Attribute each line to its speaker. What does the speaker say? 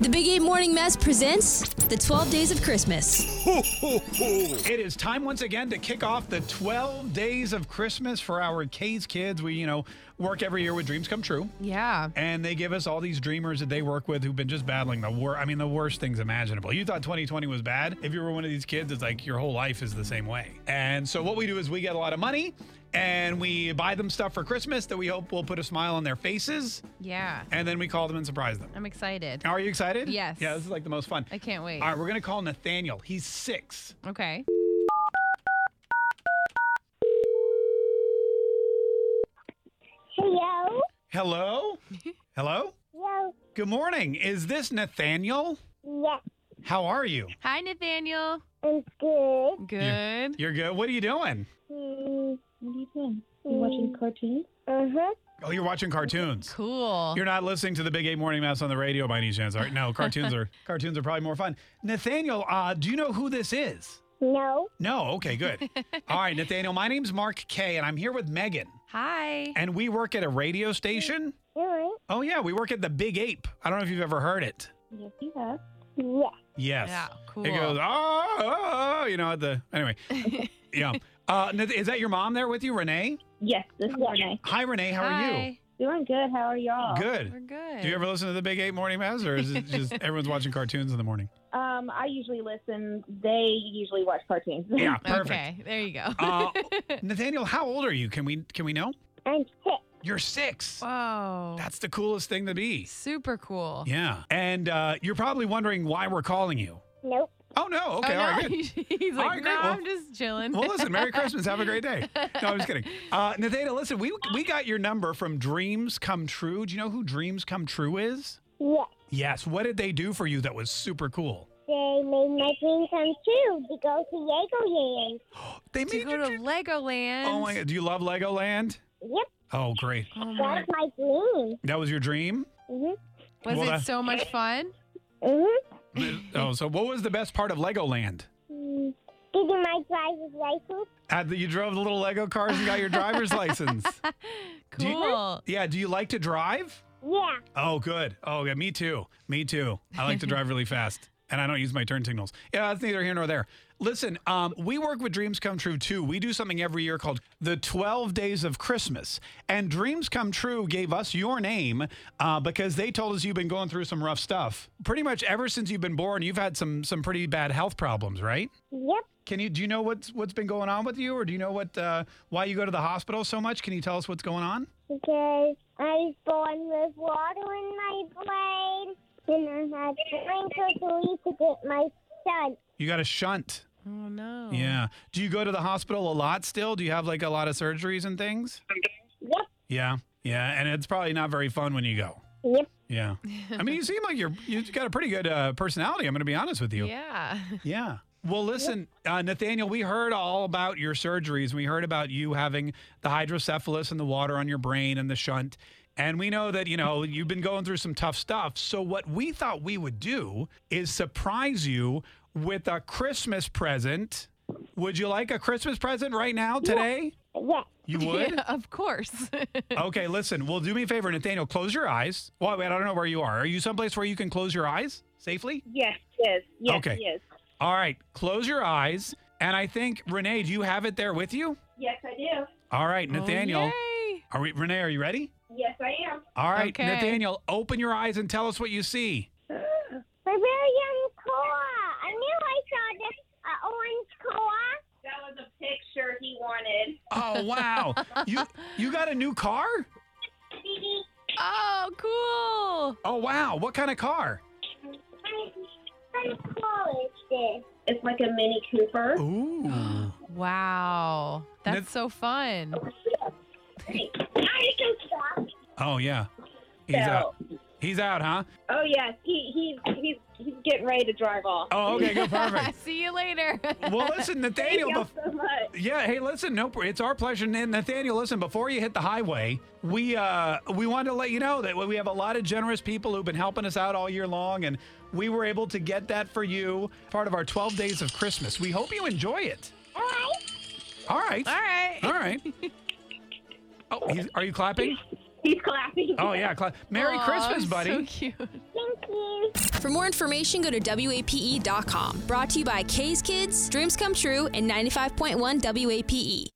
Speaker 1: The Big 8 Morning Mess presents The 12 Days of Christmas.
Speaker 2: It is time once again to kick off the 12 days of Christmas for our K's kids. We, you know, work every year with Dreams Come True.
Speaker 3: Yeah.
Speaker 2: And they give us all these dreamers that they work with who've been just battling the war. I mean, the worst things imaginable. You thought 2020 was bad. If you were one of these kids, it's like your whole life is the same way. And so what we do is we get a lot of money and we buy them stuff for Christmas that we hope will put a smile on their faces.
Speaker 3: Yeah.
Speaker 2: And then we call them and surprise them.
Speaker 3: I'm excited.
Speaker 2: Are you excited?
Speaker 3: Yes.
Speaker 2: Yeah, this is like the most fun.
Speaker 3: I can't wait.
Speaker 2: All right, we're going to call Nathaniel. He's six.
Speaker 3: Okay.
Speaker 4: Hello?
Speaker 2: Hello? Hello?
Speaker 4: Hello?
Speaker 2: Good morning. Is this Nathaniel?
Speaker 4: Yes,
Speaker 2: How are you?
Speaker 3: Hi, Nathaniel.
Speaker 4: I'm good.
Speaker 3: Good.
Speaker 2: You're good. What are you doing?
Speaker 4: Mm,
Speaker 5: What are you doing? You watching cartoons?
Speaker 4: uh-huh.
Speaker 2: Oh, you're watching cartoons.
Speaker 3: Cool.
Speaker 2: You're not listening to the Big Eight Morning Mass on the radio by any chance, are you? No, cartoons are cartoons are probably more fun. Nathaniel, uh, do you know who this is?
Speaker 4: No.
Speaker 2: No. Okay. Good. All right, Nathaniel. My name's Mark Kay, and I'm here with Megan,
Speaker 3: Hi.
Speaker 2: and we work at a radio station.
Speaker 4: All
Speaker 2: Oh yeah, we work at the Big Ape. I don't know if you've ever heard it.
Speaker 5: Yes, you have.
Speaker 4: right.
Speaker 2: Yes.
Speaker 4: Yes.
Speaker 3: Yeah. Cool.
Speaker 2: It goes oh, oh, oh, you know at the anyway. yeah. Uh, Nath- is that your mom there with you, Renee?
Speaker 5: Yes, this is Renee.
Speaker 2: Hi, Renee. How are you?
Speaker 3: Hi.
Speaker 5: Doing good. How are y'all?
Speaker 2: Good.
Speaker 3: Oh, We're good.
Speaker 2: Do you ever listen to the Big Eight Morning Mass, or is it just everyone's watching cartoons in the morning?
Speaker 5: Um, I usually listen. They usually watch cartoons.
Speaker 2: Yeah, perfect.
Speaker 3: Okay. There you go.
Speaker 2: Uh, Nathaniel, how old are you? Can we can we know?
Speaker 4: I'm sick.
Speaker 2: You're six.
Speaker 3: Whoa.
Speaker 2: That's the coolest thing to be.
Speaker 3: super cool.
Speaker 2: Yeah, and uh, you're probably wondering why we're calling you.
Speaker 4: Nope.
Speaker 2: Oh no. Okay.
Speaker 3: oh,
Speaker 2: All
Speaker 3: no.
Speaker 2: right. Good.
Speaker 3: He's
Speaker 2: All
Speaker 3: like,
Speaker 2: right, great.
Speaker 3: no,
Speaker 2: Well-
Speaker 3: I'm just chilling.
Speaker 2: Well, listen. Merry Christmas. Have a great day. No, I'm just kidding. Uh, Nathaniel, listen. We we got your number from Dreams Come True. Do you know who Dreams Come True is?
Speaker 4: Yes.
Speaker 2: Yes. What did they do for you that was super cool?
Speaker 4: They made my dream come true to go to Legoland.
Speaker 2: They
Speaker 3: to
Speaker 2: made
Speaker 3: go
Speaker 2: you.
Speaker 3: to Legoland.
Speaker 2: Oh my God. Do you love Legoland?
Speaker 4: Yep,
Speaker 2: Oh, great.
Speaker 3: Oh my.
Speaker 4: that's my dream.
Speaker 2: That was your dream.
Speaker 4: Mm-hmm.
Speaker 3: Was
Speaker 2: Well,
Speaker 3: it
Speaker 2: that-
Speaker 3: so much fun?
Speaker 4: Mm-hmm.
Speaker 2: oh, so what was the best part of Legoland?
Speaker 4: Mm. Getting my driver's license.
Speaker 2: Uh, you drove the little Lego cars and got your driver's license. Do you-
Speaker 3: cool.
Speaker 2: Yeah, do you like to drive?
Speaker 4: Yeah.
Speaker 2: Oh, good. Oh, yeah, me too. Me too. I like to drive really fast and I don't use my turn signals. Yeah, that's neither here nor there. Listen, um, we work with Dreams Come True too. We do something every year called the 12 Days of Christmas. And Dreams Come True gave us your name uh, because they told us you've been going through some rough stuff. Pretty much ever since you've been born, you've had some some pretty bad health problems, right?
Speaker 4: Yep.
Speaker 2: Can you do you know what's what's been going on with you, or do you know what uh, why you go to the hospital so much? Can you tell us what's going on?
Speaker 4: Because I was born with water in my brain. And I had wrinkles to get my son.
Speaker 2: You got a shunt.
Speaker 3: Oh no.
Speaker 2: Yeah. Do you go to the hospital a lot still? Do you have like a lot of surgeries and things?
Speaker 4: Yep.
Speaker 2: Yeah. Yeah, and it's probably not very fun when you go.
Speaker 4: Yep.
Speaker 2: Yeah. I mean, you seem like you're you got a pretty good uh, personality. I'm going to be honest with you.
Speaker 3: Yeah.
Speaker 2: Yeah. Well, listen, uh, Nathaniel, we heard all about your surgeries. We heard about you having the hydrocephalus and the water on your brain and the shunt. And we know that, you know, you've been going through some tough stuff. So, what we thought we would do is surprise you with a Christmas present. Would you like a Christmas present right now, today?
Speaker 4: Yes.
Speaker 2: You would?
Speaker 3: Yeah, of course.
Speaker 2: Okay, listen. Well, do me a favor, Nathaniel. Close your eyes. Well, wait, I don't know where you are. Are you someplace where you can close your eyes safely?
Speaker 5: Yes, yes, yes,
Speaker 2: Okay.
Speaker 5: yes.
Speaker 2: All right, close your eyes. And I think, Renee, do you have it there with you?
Speaker 5: Yes, I do.
Speaker 2: All right, Nathaniel.
Speaker 3: Oh, yay.
Speaker 2: are we, Renee, are you ready?
Speaker 5: Yes, I am.
Speaker 2: All right,
Speaker 3: Okay.
Speaker 2: Nathaniel, open your eyes and tell us what you see.
Speaker 4: My very young koa. I knew I saw this uh, orange koa.
Speaker 5: That was a picture he wanted.
Speaker 2: Oh, wow. you you got a new car?
Speaker 3: Oh, cool.
Speaker 2: Oh, wow. What kind of car?
Speaker 4: What kind of koa is this?
Speaker 5: It's like a Mini Cooper.
Speaker 2: Ooh.
Speaker 3: Wow. That's
Speaker 2: That's-
Speaker 3: so fun.
Speaker 4: I can stop.
Speaker 2: Oh, yeah. He's
Speaker 5: So-
Speaker 2: out. He's out, huh?
Speaker 5: Oh yes, he he's he's he's getting ready to drive off.
Speaker 2: Oh, okay, good, perfect.
Speaker 3: See you later.
Speaker 2: well, listen, Nathaniel,
Speaker 5: Thank
Speaker 2: bef-
Speaker 5: y'all so much.
Speaker 2: Yeah, hey, listen, no, it's our pleasure. And Nathaniel, listen, before you hit the highway, we uh, we wanted to let you know that we have a lot of generous people who've been helping us out all year long, and we were able to get that for you, part of our 12 days of Christmas. We hope you enjoy it.
Speaker 4: All right.
Speaker 2: All right.
Speaker 3: All right.
Speaker 2: All right. Oh, he's, are you clapping?
Speaker 5: He's clapping.
Speaker 2: Oh, yeah. Cla- Merry
Speaker 3: Aw,
Speaker 2: Christmas,
Speaker 3: So
Speaker 2: buddy.
Speaker 3: cute.
Speaker 4: Thank you.
Speaker 1: For more information, go to E WAPE.com. Brought to you by K's Kids, Dreams Come True, and 95.1 WAPE.